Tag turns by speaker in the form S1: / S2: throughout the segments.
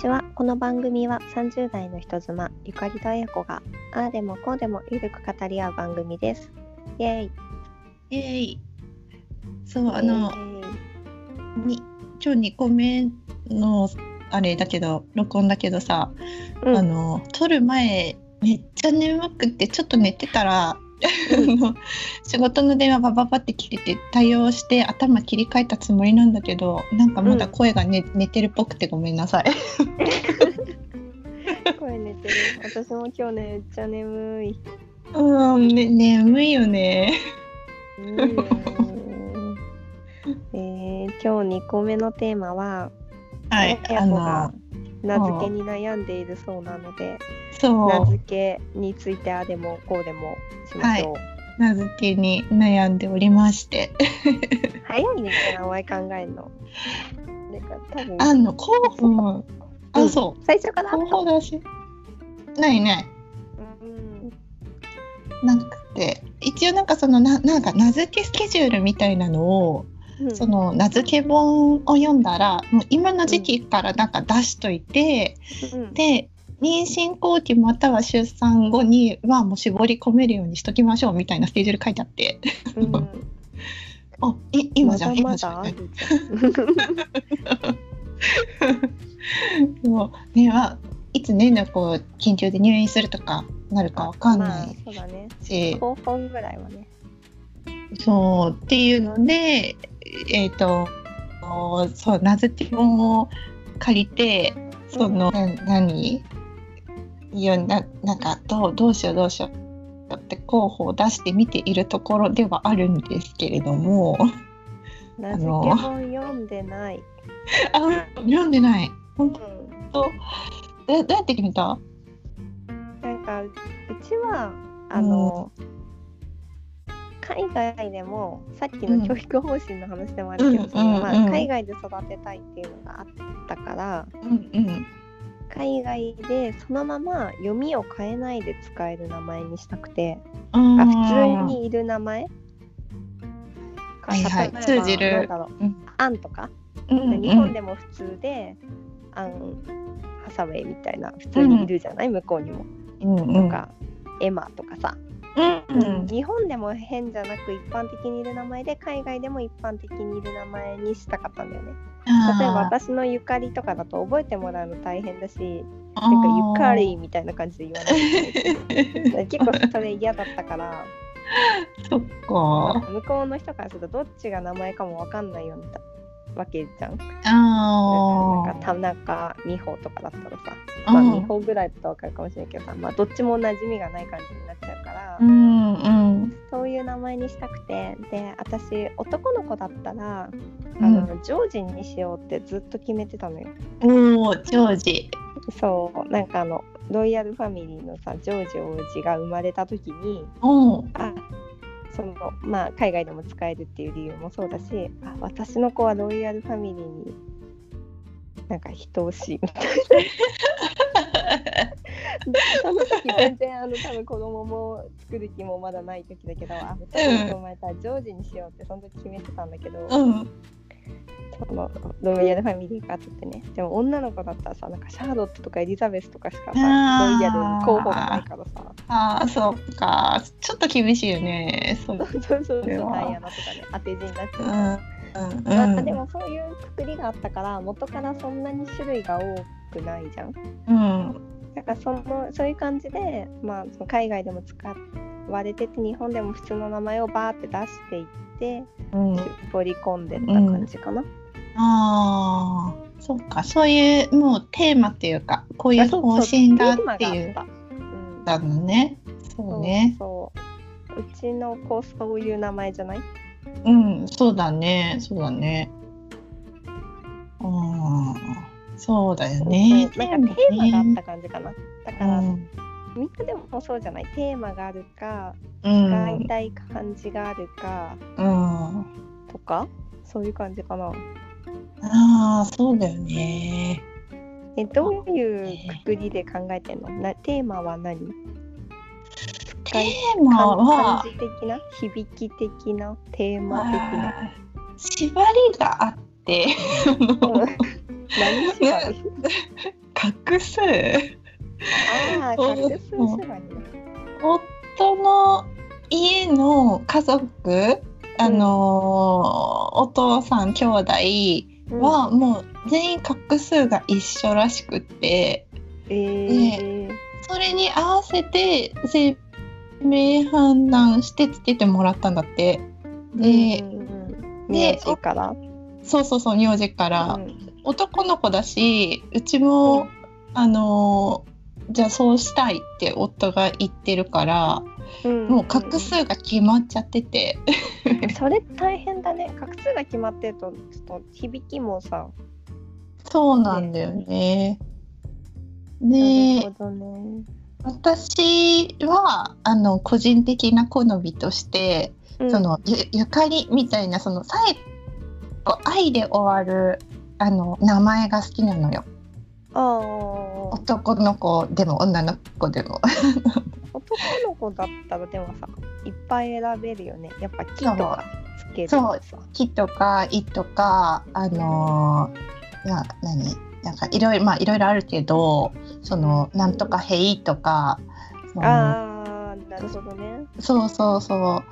S1: ちはこの番組は30代の人妻ゆかりとあやこがああでもこうでもゆるく語り合う番組ですイエーイ
S2: えいそうあ
S1: イ
S2: の
S1: エーイ
S2: に今日2個目のあれだけど録音だけどさ、
S1: うん
S2: あの撮る前めっちゃ眠くってちょっと寝てたら、 あの仕事の電話バババって切れて対応して頭切り替えたつもりなんだけどなんかまだ声が、ね寝てるっぽくてごめん なさい。
S1: 声寝てる私も今日ねめっちゃ眠い
S2: うん、ね、眠いよね。
S1: 眠いよねえー今日2個目のテーマは
S2: はい、
S1: 親
S2: あ
S1: 子が
S2: の
S1: 名付けに悩んでいるそうなので名
S2: そう
S1: 付けについてああでもこうでもしましょう、
S2: 名付けに悩んでおりまして。
S1: 早いねお前考えんの。なんか多分
S2: あの候補、
S1: う
S2: あ
S1: ん
S2: そ
S1: 最初か
S2: う
S1: らあ
S2: 候
S1: った
S2: 補出しないない
S1: うん
S2: なくて一応なんかそのななんか名付けスケジュールみたいなの
S1: う
S2: を、
S1: ん
S2: その名付け本を読んだらもう今の時期からなんか出しといて、
S1: うん
S2: で妊娠後期または出産後にはもう絞り込めるようにしときましょうみたいなスケジュール書いてあって。
S1: うん
S2: あ、い今じゃん、
S1: ま
S2: 今じ
S1: だ
S2: ゃん
S1: まだあ
S2: ね。
S1: るじゃ
S2: もうね、まあいつね、なんかこう緊急で入院するとかなるかわか
S1: ん。
S2: ん
S1: ま
S2: な
S1: あ
S2: い
S1: そうだね。
S2: し、
S1: 後本ぐらいはね。
S2: そうっていうので、えっ、と、そう名付け本を借りて、その、な何、いやななんかどうどうしようどうしようって候補を出して見ているところではあるんですけれど も、
S1: 名付け
S2: の
S1: 本読んでない。
S2: あ、読んでない。本
S1: うん
S2: 当。えどうやって決めた？
S1: なんかうちはあの、海外でもさっきの教育方針の話でもあるけど、
S2: うん
S1: そのま
S2: うんう
S1: あ
S2: ん
S1: 海外で育てたいっていうのがあったから。
S2: うんうん。
S1: 海外でそのまま読みを変えないで使える名前にしたくて、
S2: あ
S1: あ
S2: ー
S1: 普通にいる名前か
S2: はいはい
S1: 例えば
S2: 通じる
S1: なんだろう
S2: うん
S1: アンとか、
S2: うんうん
S1: 日本でも普通でアン・ハサウェイみたいな普通にいるじゃない、向こうにも
S2: うん
S1: とか、エマとかさ、
S2: うんうん
S1: 日本でも変じゃなく一般的にいる名前で海外でも一般的にいる名前にしたかったんだよね例えば
S2: あー
S1: 私のゆかりとかだと覚えてもらうの大変だし
S2: あー
S1: なんかゆかりみたいな感じで言わないといけない結構それ嫌だったから
S2: そっか
S1: 向こうの人からするとどっちが名前かもわかんないようなわけじゃん。
S2: あ
S1: なんか田中美穂とかだったらさ、
S2: あ
S1: まあ、美穂ぐらいだったらわかるかもしれないけどさ、まあ、どっちも馴染みがない感じになっちゃうから、
S2: うんうん
S1: そういう名前にしたくてで私男の子だったらあの、ジョージにしようってずっと決めてたのよ。
S2: おおジョージ
S1: そうなんかあのロイヤルファミリーのさジョージ王子が生まれた時に
S2: おお
S1: あそのまあ海外でも使えるっていう理由もそうだしあ私の子はロイヤルファミリーになんか人をしいみたいなその時全然あの多分子供も作る気もまだない時だけどあ私の子生まれたらジョージにしようってその時決めてたんだけど、
S2: うん
S1: そのロイヤルファミリーがあってねでも女の子だったらさなんかシャーロットとかエリザベスとかしかさ
S2: あー
S1: ロイヤルに候補がないからさ
S2: ああそっかちょっと厳しいよねそううん
S1: そうそうそう
S2: それは
S1: ダイアナとかね当て字になっちゃう
S2: う
S1: から。
S2: ん
S1: ま
S2: う
S1: あ、
S2: ん
S1: でもそういうくくりがあったから元からそんなに種類が多くないじゃん。
S2: うん
S1: だからそのそういう感じで、まあ、その海外でも使われてて日本でも普通の名前をバーって出していって
S2: うん
S1: 絞り込んでった感じかな。
S2: ああそっかそういうもうテーマっていうかこういう
S1: そう
S2: 方針だって
S1: テ
S2: い
S1: ーマがあった
S2: う
S1: うん
S2: だのねそうね
S1: そうそううちの子そういう名前じゃない
S2: うん、そうだね、そうだね。うん、そうだよね。
S1: そうなんかテーマがあっ
S2: ね
S1: た感じかな。だか
S2: う
S1: ら、
S2: ん、
S1: みんなでもそうじゃないテーマがあるか
S2: うん
S1: 使い、たい感じがあるか。
S2: うん。
S1: とかそういう感じかな。
S2: ああ、そうだよね。
S1: えどういうくくりで考えてんのなテーマは何
S2: テ
S1: い
S2: ーマ
S1: 感
S2: は、
S1: じ的な響き的なテーマ的 な。
S2: あー縛りがあって、
S1: うん何縛り
S2: 考画数
S1: ああ、
S2: そ
S1: カ
S2: う
S1: ルスースラにな
S2: 夫の家の家族あのーお父さん兄弟
S1: る。
S2: はもう全員画数が一緒らしくって
S1: うん、ええ
S2: ねそれに合わせて姓名判断してつけてもらったんだってで
S1: うんうんうん、
S2: で
S1: 名字から。
S2: そうそうそう名字から、
S1: うん
S2: 男の子だしうちもあのーじゃあそうしたいって夫が言ってるから
S1: うん
S2: もう画数が決まっちゃってて。
S1: それ大変だね。画数が決まってると、ちょっと響きもさ。
S2: そうなんだよね。
S1: なる
S2: で
S1: ほどね。
S2: 私はあの個人的な好みとして、
S1: うん
S2: そ、のゆゆかりみたいなその最後愛で終わるあの名前が好きなのよ
S1: ああ、
S2: 男の子でも女の子でも。
S1: 男の子だったら、でもさ、いっぱい選べるよね。やっぱ木とかつけるとかさ。
S2: 木とか「い」とかあのーな何なんかいろいろまあいろいろあるけどそのなんとか「へい」とか。その
S1: ああ、なるほどね。
S2: そうそうそう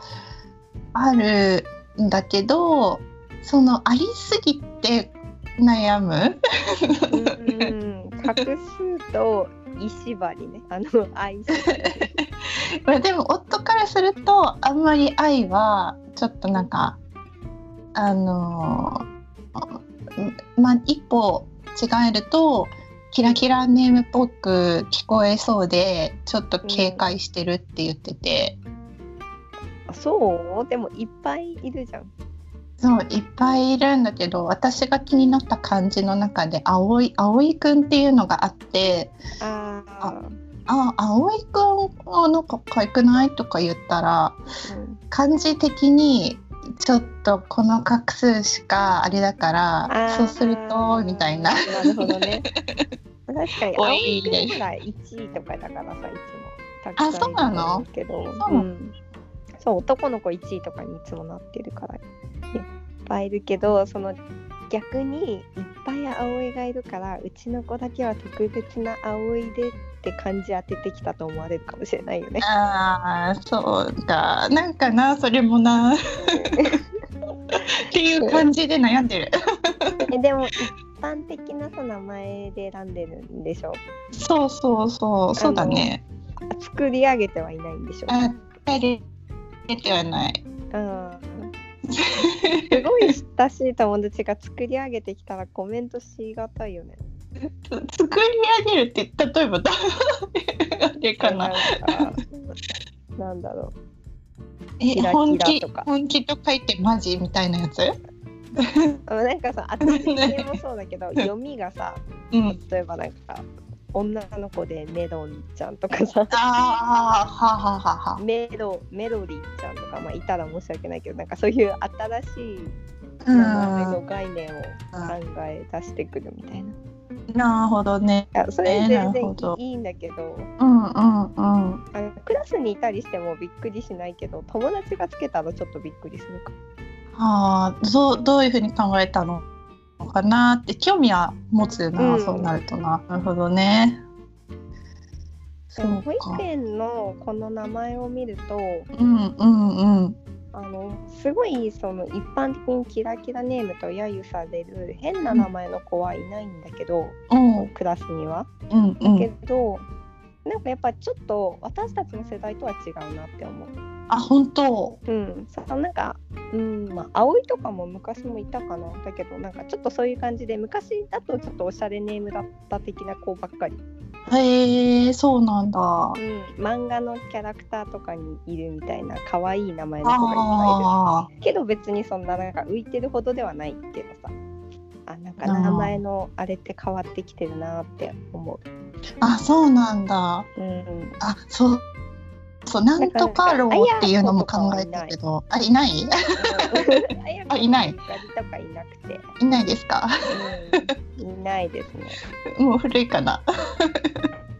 S2: あるんだけどそのありすぎて悩む
S1: うん、画数と石張りね。あの、愛し。
S2: まあでも夫からするとあんまり愛はちょっとなんかあのーまあ一歩違えるとキラキラネームっぽく聞こえそうでちょっと警戒してるって言ってて、
S1: あそうでもいっぱいいるじゃん。
S2: そういっぱいいるんだけど私が気になった漢字の中で葵葵くんっていうのがあって
S1: ああ、
S2: あ葵くんはなんか可愛くないとか言ったら
S1: うん、
S2: 漢字的にちょっとこの画数しかあれだから
S1: あー
S2: そうするとみたいな
S1: なるほどね。確かに、
S2: お
S1: 青
S2: い
S1: いくんら1位とかだからさ、いつも。たくさん
S2: あそうなの
S1: いるけど、
S2: そうなの
S1: んそう、男の子1位とかにいつもなってるから、いっぱいいるけど、その逆にいっぱい葵がいるから、うちの子だけは特別な葵でって感じ当ててきたと思われるかもしれないよね。
S2: あーそうかなんかなそれも なっていう感じで悩んでる
S1: えでも一般的なさ名前で選んでるんでしょ
S2: そうそうそうそうだね
S1: 作り上げてはいないんでしょ
S2: あ出てはない
S1: うんすごい親しい友達が作り上げてきたらコメントしがたいよね。
S2: 作り上げるって例えばどう あれかな
S1: なんかなんだろ
S2: え
S1: キラキラ
S2: 本気
S1: とか
S2: 本気と書いてマジみたいなやつ、
S1: うあなんかさ私系もそうだけど読みがさ
S2: うん、
S1: 例えばなんか女の子でメロンちゃんとかさ
S2: ああーはあはあはあは
S1: メロメロディちゃんとか、まあ、いたら申し訳ないけどなんかそういう新しい
S2: あ
S1: 名前
S2: う
S1: の
S2: ん
S1: 概念を考え出してくるみたいな。い
S2: なるほどね
S1: やそれ全
S2: なる
S1: 然
S2: ほど
S1: いいんだけど
S2: うんうんうん
S1: あのクラスにいたりしてもびっくりしないけど友達がつけたらちょっとびっくりするか
S2: ああそうどういうふうに考えたのかなって興味は持つよな、
S1: うん
S2: そうなるとななるほどねそ
S1: でも
S2: う
S1: 保
S2: か
S1: 育園のこの名前を見ると
S2: うんうんうん
S1: あのすごいその一般的にキラキラネームと揶揄される変な名前の子はいないんだけど、
S2: おう
S1: クラスには。
S2: うんう
S1: け
S2: ん
S1: どなんかやっぱちょっと私たちの世代とは違うなって思う。
S2: あ本当
S1: うん、そのなんか、うんまあ、葵とかも昔もいたかなだけどなんかちょっとそういう感じで昔だとちょっとおしゃれネームだった的な子ばっかり、
S2: へえそうなんだ
S1: うん、漫画のキャラクターとかにいるみたいな可愛い名前の子がいっぱ
S2: あ
S1: いいるけど別にそんななんか浮いてるほどではないけどさあなんか
S2: あー
S1: 名前のあれって変わってきてるなって思
S2: ーあそうなんだ
S1: う、うん、
S2: あそうそうなんとかローっていうのも考えたけどあいない あいない
S1: 二人とかいなくて、
S2: いないですか
S1: うん、いないですね
S2: もう古い かな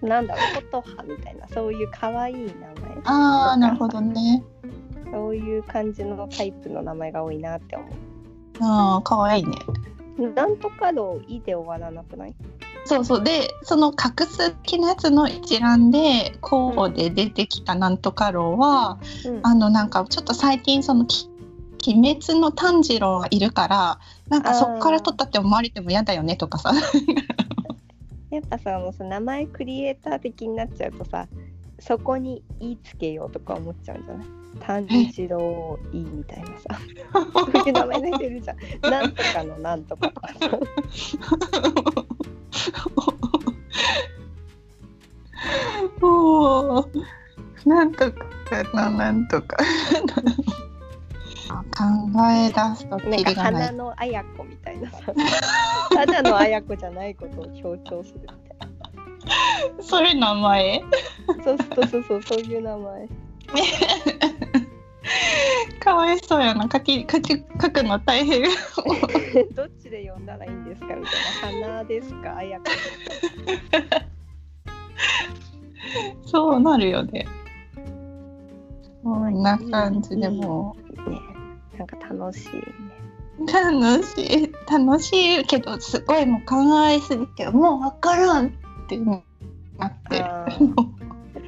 S1: なんだろう、琴葉みたいな、そういう可愛い名前、
S2: あーなるほどね
S1: そういう感じのタイプの名前が多いなって思
S2: あーかわいいね
S1: う。なんとかの「い」で終わらなくない
S2: そうそうでその画数的なやつの一覧で候補で出てきたなんとかろうは、
S1: うん
S2: あのなんかちょっと最近そのき鬼滅の炭治郎がいるからなんかそこから取ったって思われても嫌だよねとかさ
S1: やっぱさもうさ名前クリエイター的になっちゃうとさそこに「い」つけようとか思っちゃうんじゃない炭治郎いいみたいなさそういう名前出てるじゃんなんとかのなんとかとかさ
S2: もうなんとかななんとか考え出すと
S1: なん
S2: キ
S1: か
S2: リがな
S1: 花
S2: い
S1: の綾子みたいなさただの綾子じゃないことを強調するみたいな
S2: それ名前
S1: そうそうそうそうそういう名前
S2: かわいそうやな書き書き書くの大変
S1: どっちで呼んだらいいんですかみたいな花ですか綾子
S2: そうなるよねこんな感じでも
S1: ねなんか楽しいね
S2: う楽しい楽しいけどすごいもう考えすぎてもう分からんってなって
S1: あー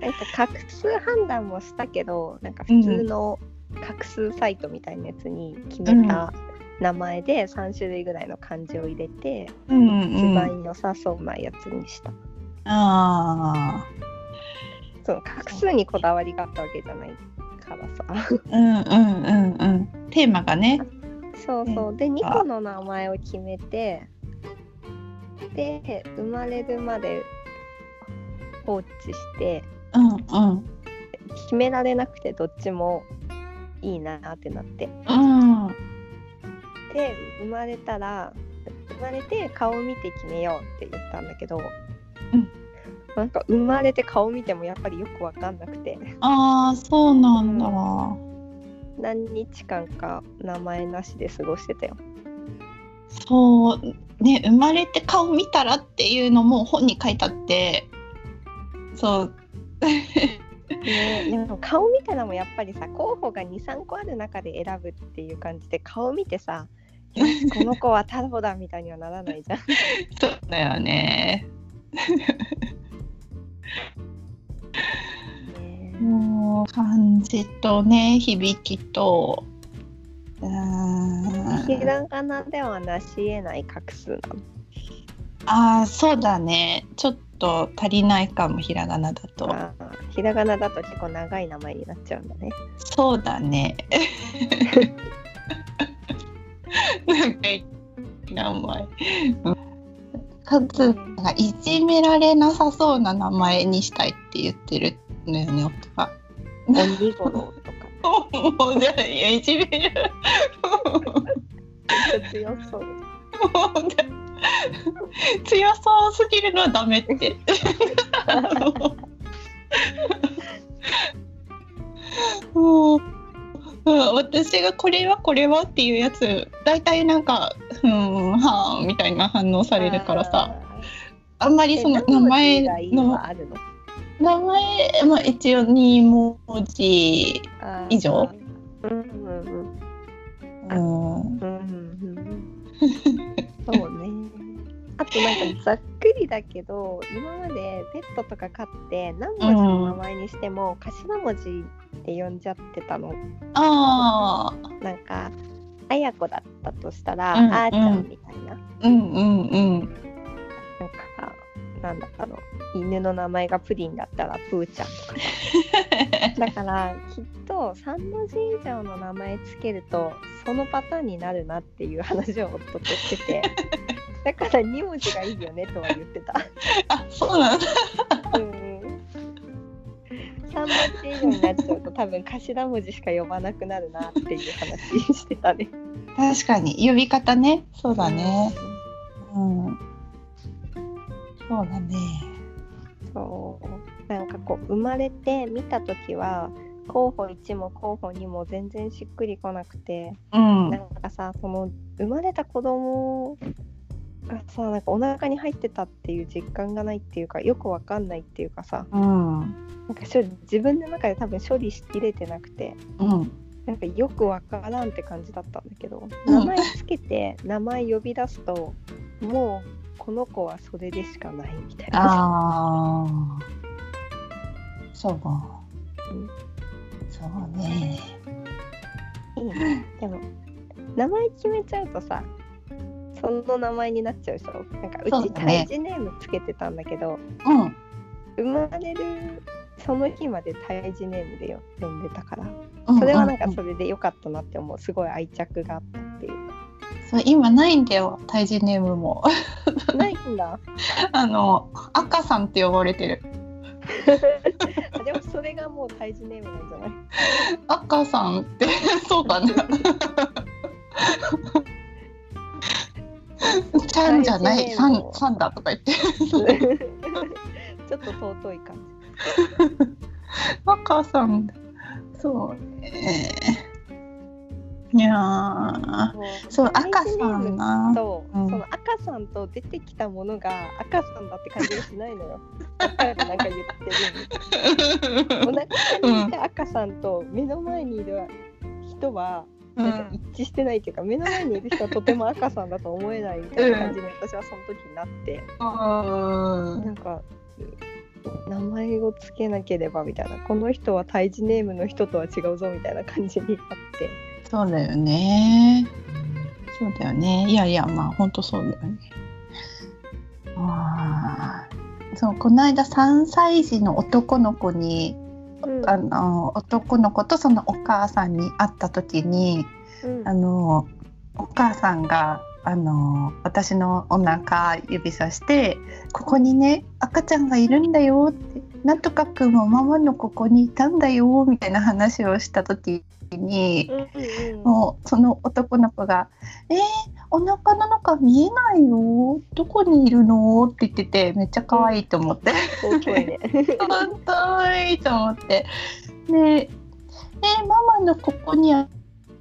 S1: なんか画数判断もしたけどなんか普通の画数サイトみたいなやつに決めた名前で3種類ぐらいの漢字を入れて、
S2: うん
S1: 一
S2: う
S1: 番
S2: ん
S1: 良さそうなやつにした、
S2: あ
S1: その画数にこだわりがあったわけじゃないからさ
S2: ーうんうんうんうんテーマがね
S1: そうそうで2個の名前を決めてで生まれるまで放置して
S2: うんうん
S1: 決められなくてどっちもいいなってなって
S2: うん
S1: で生まれたら生まれて顔を見て決めようって言ったんだけど、
S2: うん
S1: なんか生まれて顔見てもやっぱりよく分かんなくて
S2: ああそうなんだ
S1: 何日間か名前なしで過ごしてたよ
S2: そうね生まれて顔見たらっていうのも本に書いてあってそう
S1: ねでも顔見たらもやっぱりさ候補が23個ある中で選ぶっていう感じで顔見てさよしこの子はタロだみたいにはならないじゃん
S2: そうだよね
S1: ね
S2: もう漢字とね響きとうー
S1: ひ
S2: ん
S1: らがなではなし得ない画数なの
S2: ああそうだねちょっと足りないかもひらがなだと
S1: あーひらがなだと結構長い名前になっちゃうんだね
S2: そうだね なんか名前うんカズがいじめられなさそうな名前にしたいって言ってるのよね夫 が。
S1: 鬼五郎とか
S2: もうじゃあいやいじめる
S1: めっちゃ強そう
S2: もうじゃあ強そうすぎるのはダメって。もう、うん、私がこれはこれはっていうやつ大体なんか「うんはあ」みたいな反応されるからさあんまりその名前の
S1: があるの
S2: 名前まあ一応2文字
S1: あー
S2: 以上
S1: うんうんうん
S2: う
S1: う
S2: ん
S1: んうんうんそうねあとなんかざっくりだけど今までペットとか飼って何文字の名前にしても頭文字で呼んじゃってたの
S2: あ
S1: なんかあやこだったとしたら、
S2: うん
S1: あーちゃんみたいな
S2: ーうんうんうん
S1: なんか、なんだあの犬の名前がプリンだったらプーちゃんとかさだからきっと3文字以上の名前つけるとそのパターンになるなっていう話を夫としててだから2文字がいいよねとは言ってた
S2: あそうなんだ
S1: うん3文字以上になっちゃうと多分頭文字しか呼ばなくなるなっていう話してたね
S2: 確かに呼び方ねそうだねうんそうだね
S1: そうなんかこう生まれて見た時は候補1も候補2も全然しっくりこなくて、
S2: うん
S1: なんかさその生まれた子供がさなんかお腹に入ってたっていう実感がないっていうかよくわかんないっていうかさ
S2: うん
S1: なんかしょ自分の中で多分処理しきれてなくて
S2: うん
S1: なんかよくわからんって感じだったんだけど
S2: うん
S1: 名前つけて名前呼び出すともうこの子は袖でしかないみたいな。
S2: ああ。そう。
S1: うん
S2: そうね。
S1: いいね。 でも名前決めちゃうとさその名前になっちゃうでしょ。なんかう
S2: そう
S1: ち
S2: だね
S1: 胎児ネームつけてたんだけど
S2: うん。
S1: 生まれるその日まで胎児ネームでよ呼んでたから
S2: うん
S1: それはなんか
S2: うん
S1: それで良かったなって思うすごい愛着があったっていうか。
S2: そう今ないんだよ胎児ネームも
S1: ないんだ。
S2: あの赤さんって呼ばれてる
S1: でもそれがもう胎児ネームなんじゃない
S2: 赤さんって そうかなちゃんじゃないさんさんだとか言って
S1: ちょっと尊い感じ。
S2: 赤さんそうねいやーそう赤さんな
S1: と、
S2: うん
S1: その赤さんと出てきたものが赤さんだって感じがしないの よ。なんか言ってるのに。同じ感じで赤さんと目の前にいる人は
S2: う
S1: なんか
S2: ん
S1: 一致してないっていうか、目の前にいる人はとても赤さんだと思えないみたいな感じに私はその時になって、
S2: うん
S1: なんか。名前をつけなければみたいなこの人は胎児ネームの人とは違うぞみたいな感じになって
S2: そうだよね。そうだよね。いやいや、まあ、本当そうだよね。ああ。そう、この間3歳児の男の子に、
S1: うん
S2: あの、男の子とそのお母さんに会った時に、
S1: うん
S2: あの、お母さんが。あの私のお腹指さして「ここにね赤ちゃんがいるんだよ」って「なんとかくんもママのここにいたんだよ」みたいな話をした時に、
S1: うんうん
S2: もうその男の子が「えー、お腹の中見えないよどこにいるの?」って言っててめっちゃ可愛いと思って
S1: 尊 いね。
S2: 「本当いい」と思ってで「えーママのここには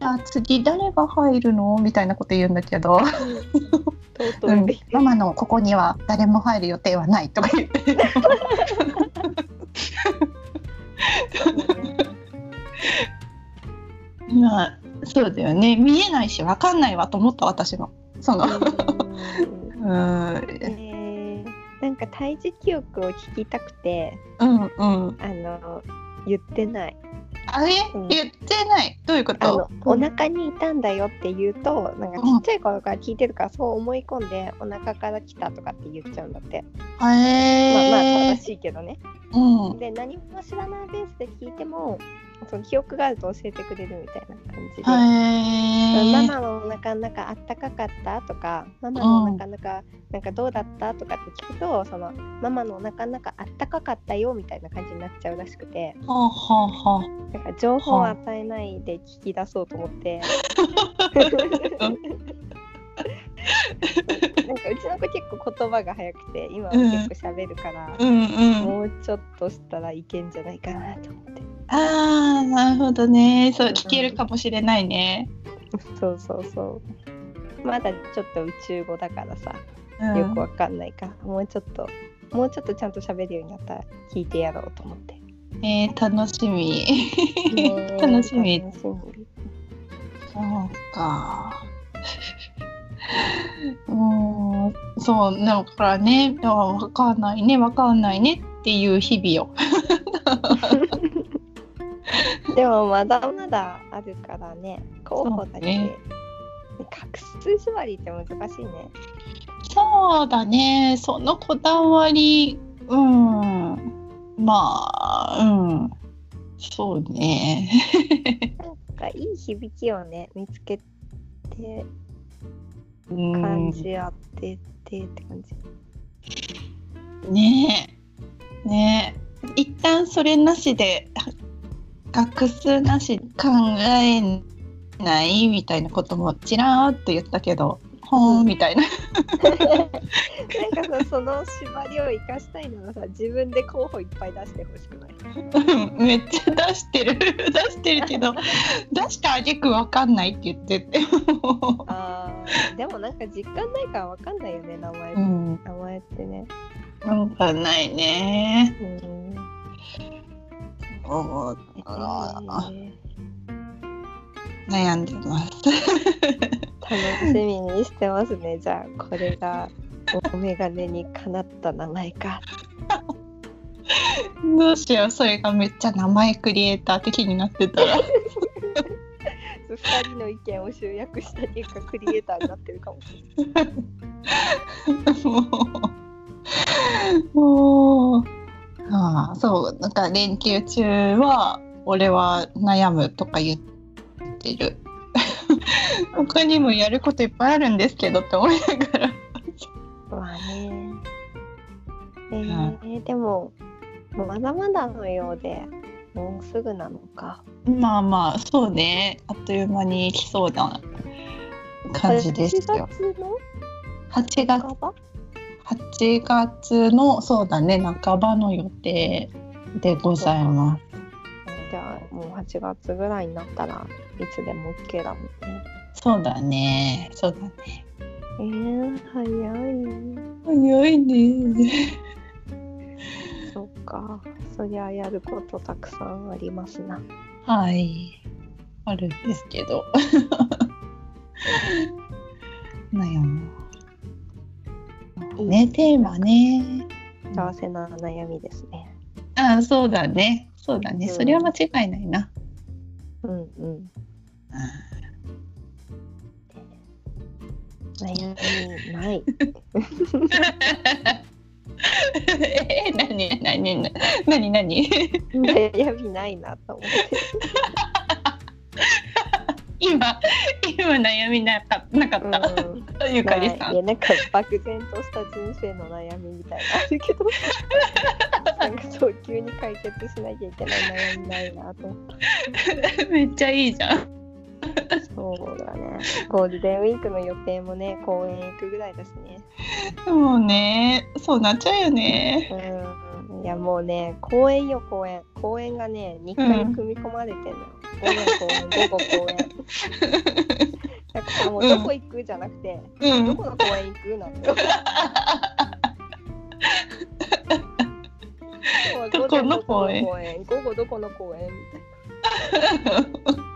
S2: あ次誰が入るの?」みたいなこと言うんだけど「
S1: 尊
S2: う
S1: い。
S2: ん、ママのここには誰も入る予定はない」とか言 ってまあそうだよね見えないし分かんないわと思った私もその。うん
S1: えーなんか胎児記憶を聞きたくて
S2: うんうん
S1: あの言ってない
S2: あれ、
S1: うん
S2: 言ってないどういうこ
S1: あ
S2: と
S1: のお腹にいたんだよって言うとなんかちっちゃい頃から聞いてるからそう思い込んでお腹から来たとかって言っちゃうんだってまあまあ
S2: へえ
S1: 正しいけどね
S2: うん
S1: で何も知らないベースで聞いてもその記憶があると教えてくれるみたいな感じで、マ
S2: へえ
S1: マのお腹の中あったかかったとかママのお腹の中なんかどうだったとかって聞くと、そのママのお腹の中あったかかったよみたいな感じになっちゃうらしくて
S2: はあはあは
S1: なんか情報を与えないで聞き出そうと思って。なんかうちの子結構言葉が早くて今は結構喋るから
S2: あ、うんうん
S1: もうちょっとしたらいけんじゃないかなと思って
S2: あーなるほどねそう聞けるかもしれないね、
S1: そうそうそうまだちょっと宇宙語だからさ
S2: うん、
S1: よくわかんないから、もうちょっともうちょっとちゃんと喋るようになったら聞いてやろうと思って。
S2: えー、楽しみ 楽しみ
S1: 楽しみ
S2: そうかうんそうだからねだから分かんないね分かんないねっていう日々よ
S1: でもまだまだあるからね候補だ
S2: そう
S1: け、
S2: ね
S1: 隠す縛りって難しいね。
S2: そうだね、そのこだわり、うん、まあ、うん、そうね。
S1: なんかいい響きをね見つけて
S2: うん
S1: 感じ合っててって感じ。
S2: ねえ、ねえ、一旦それなしで、学数なし考えないみたいなこともちらーっと言ったけど、ほーんみたいな。
S1: なんかさその縛りを生かしたいの はさ自分で候補いっぱい出してほしくない。
S2: うんめっちゃ出してる、 出してるけど、出してあげくわかんないって言ってて。
S1: あーでもなんか実感ないからわかんないよね名前、
S2: うん
S1: 名前ってね。
S2: なんかないね。
S1: うん
S2: お
S1: えー
S2: 悩んでます。
S1: 楽しみにしてますねじゃあこれがお眼鏡にかなった名前か。
S2: どうしようそれがめっちゃ名前クリエイター的になってたら
S1: 二人の意見を集約した結果クリエイターになってるかもしれない。
S2: もうもう ああそうなんか連休中は俺は悩むとか言ってる 他にもやることいっぱいあるんですけどって思いながら
S1: まあね。えー、でももうまだまだのようでもうすぐなのか。
S2: まあまあそうねあっという間に来そうな感じです
S1: あれ
S2: よ
S1: 8月の
S2: 8月
S1: 半ば
S2: 8月のそうだね半ばの予定でございます。
S1: じゃあもう8月ぐらいになったらいつでも OK だもんね。
S2: そうだねそうだね。
S1: えー、早
S2: 早いね。
S1: い。そっか。そりゃやることたくさんありますな。
S2: はいあるんですけど。 悩む。ねテーマね。
S1: 幸せな悩みですね。
S2: ああそうだねそうだね、
S1: うん
S2: それは間違いないな。
S1: うんうん。悩み ない。
S2: え 何何何何何
S1: 悩みないなと思って。
S2: 今今悩みなかなか
S1: う
S2: った。
S1: ん、
S2: ゆかりさ
S1: まあ
S2: ん
S1: い。やなんか漠然とした人生の悩みみたいなのあるけ ど。なんかそう急に解決しなきゃいけない悩みないなと思って。
S2: めっちゃいいじゃん。
S1: そうだね。ゴールデンウィークの予定もね、公園行くぐらいだしね。
S2: もうね、そうなっちゃうよね。
S1: うん。いやもうね、公園よ公園。公園がね、2回組み込まれてんのよ。午前公園、午後公 園。だからもう
S2: うん
S1: どこ行くじゃなくて、
S2: うん
S1: どこの公園行くなんて。もう
S2: どこの公園
S1: 午前どこの公園午後どこの公園みたいな。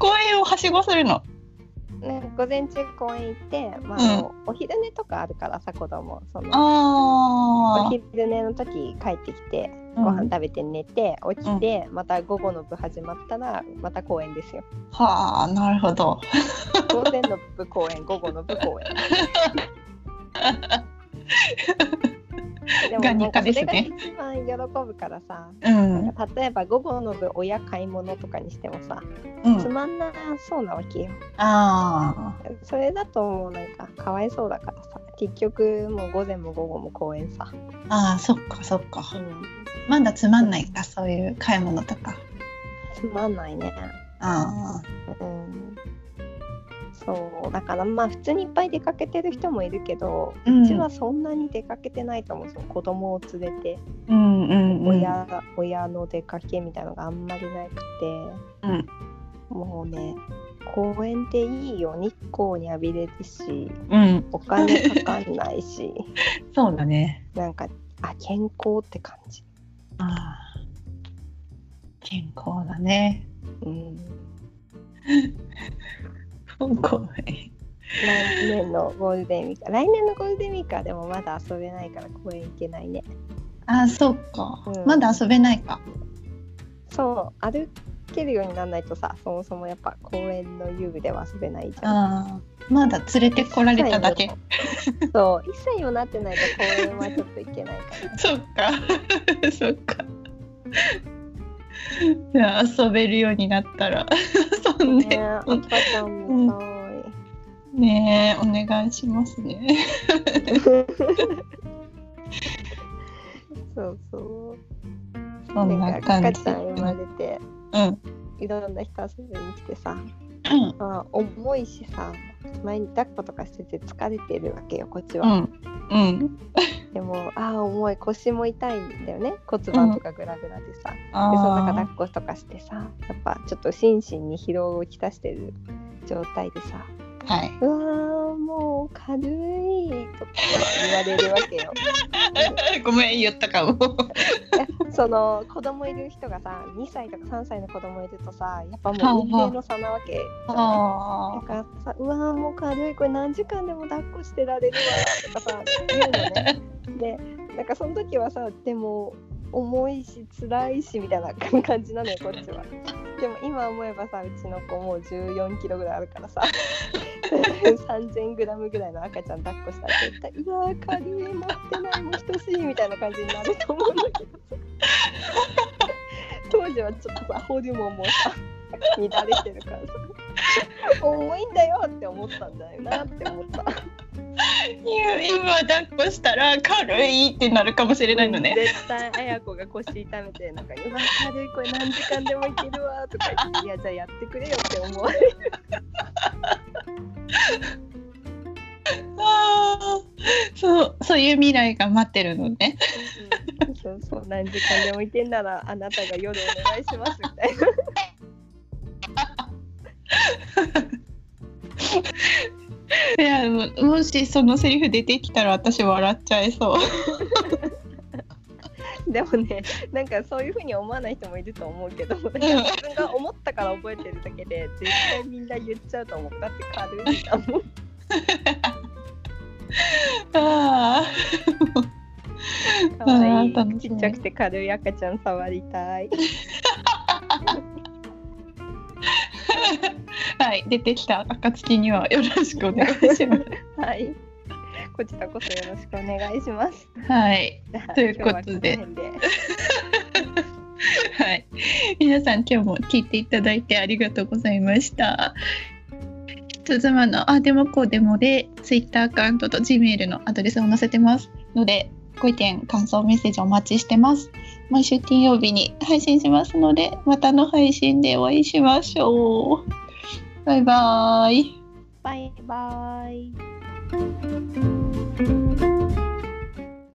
S2: 公園をはしごするの。
S1: ね、午前中公園行って、まあ、あのお昼寝とかあるからさ子供そのお
S2: ああ。
S1: 昼寝の時帰ってきてご飯食べて寝て起きて、また午後の部始まったらまた公園ですよ
S2: はあ、なるほど。
S1: 午前の部公 園午後の部公園で
S2: が
S1: なん
S2: 日課
S1: か
S2: で
S1: それ
S2: す
S1: が
S2: ね
S1: 一番喜ぶからさ
S2: うん。
S1: 例えば午後の部親買い物とかにしてもさ
S2: う
S1: つ
S2: ん。
S1: まんなそうなわけよ
S2: ああ。
S1: それだともうなんかかわいそうだからさ結局もう午前も午後も公園さ、
S2: ああ、そっか、そっか。
S1: うん、
S2: まだつまんないか、そういう買い物とか。
S1: つまんないね
S2: ああ。
S1: うんそうだからまあ普通にいっぱい出かけてる人もいるけど、
S2: う
S1: うんちはそんなに出かけてないと思うんですよ子供を連れて
S2: うんうんうん。
S1: 親,、親の出かけみたいのがあんまりなくて
S2: うん。
S1: もうね公園っていいよ日光に浴びれるし
S2: うん。
S1: お金かかんないし
S2: そうだね。
S1: なんかあ健康って感じ、
S2: ああ。健康だね。
S1: うん、
S2: 健康ね。
S1: 来年のゴールデンウィーク来年のゴールデンウィークはでもまだ遊べないから公園行けないね
S2: ああ、そっか。
S1: うん
S2: まだ遊べないか。
S1: そう歩けるようにならないとさそもそもやっぱ公園の遊具では遊べないじゃん。
S2: ああ、まだ連れてこられただけ。
S1: そう一切にもなってないと公園はちょっと行けないから。
S2: そっか、 そっか。じゃあ遊べるようになったら 遊ん
S1: ね
S2: で
S1: 赤ちゃんみた
S2: ねえお願いしますね。
S1: い。そうそう。
S2: そんな感じ。
S1: 赤ちゃん生まれて
S2: うんうん
S1: いろんな人遊びに来てさ、まあ、重いしさ前に抱っことかしてて疲れてるわけよこっち
S2: う
S1: は。
S2: んうん。
S1: でもああ重い腰も痛いんだよね骨盤とかグラグラでさ。でその中抱
S2: あ
S1: っことかしてさやっぱちょっと心身に疲労をきたしてる状態でさ
S2: あはい。
S1: 「うわーもう軽 い」とか言われるわけよ。
S2: ごめん言ったかも。
S1: いやその子供いる人がさ2歳とか3歳の子供いるとさやっぱ
S2: はあ
S1: もう
S2: はあ
S1: 運命の差なわけ
S2: あ
S1: だからさうわーもう軽いこれ何時間でも抱っこしてられるわとかさ言うのねでなんかその時はさでも重いし辛いしみたいな感じなのよこっちはでも今思えばさうちの子もう1 4キロぐらいあるからさ 3000g ぐらいの赤ちゃん抱っこしたら絶対うわー軽い持ってないもう等しいみたいな感じになると思うんだけどさ当時はちょっとさホルモンもさ乱れてるからさ 重いんだよって思ったんだよなって思った。
S2: いや今抱っこしたら軽いってなるかもしれないのね。
S1: 絶対あやこが腰痛めてなんか「うわ軽いこれ何時間でもいけるわ」とか言って「いやじゃあやってくれよ」って思われる
S2: あーそうそういう未来が待ってるのね。
S1: そうそう何時間でもいけんならあなたが夜お願いしますみたいな。
S2: いやももしそのセリフ出てきたら私笑っちゃいそう。
S1: でもねなんかそういうふうに思わない人もいると思うけどなんか自分が思ったから覚えてるだけで絶対みんな言っちゃうと思うだって軽いんだも ん。
S2: あ
S1: かわい
S2: あー楽
S1: い
S2: し
S1: ち
S2: み
S1: っちゃくて軽い赤ちゃん触りたい。
S2: あはい出てきた暁にはよろしくお願いします。
S1: はい。こちらこそよろしくお願いします。
S2: はい
S1: じゃあ
S2: ということで
S1: 今日はこの辺で
S2: はい皆さん今日も聞いていただいてありがとうございました。人妻のあでもこうでもで Twitter アカウントと Gmail のアドレスを載せてますのでご意見感想メッセージお待ちしてます毎週金曜日に配信しますのでまたの配信でお会いしましょうバイバイ
S1: バイバイ。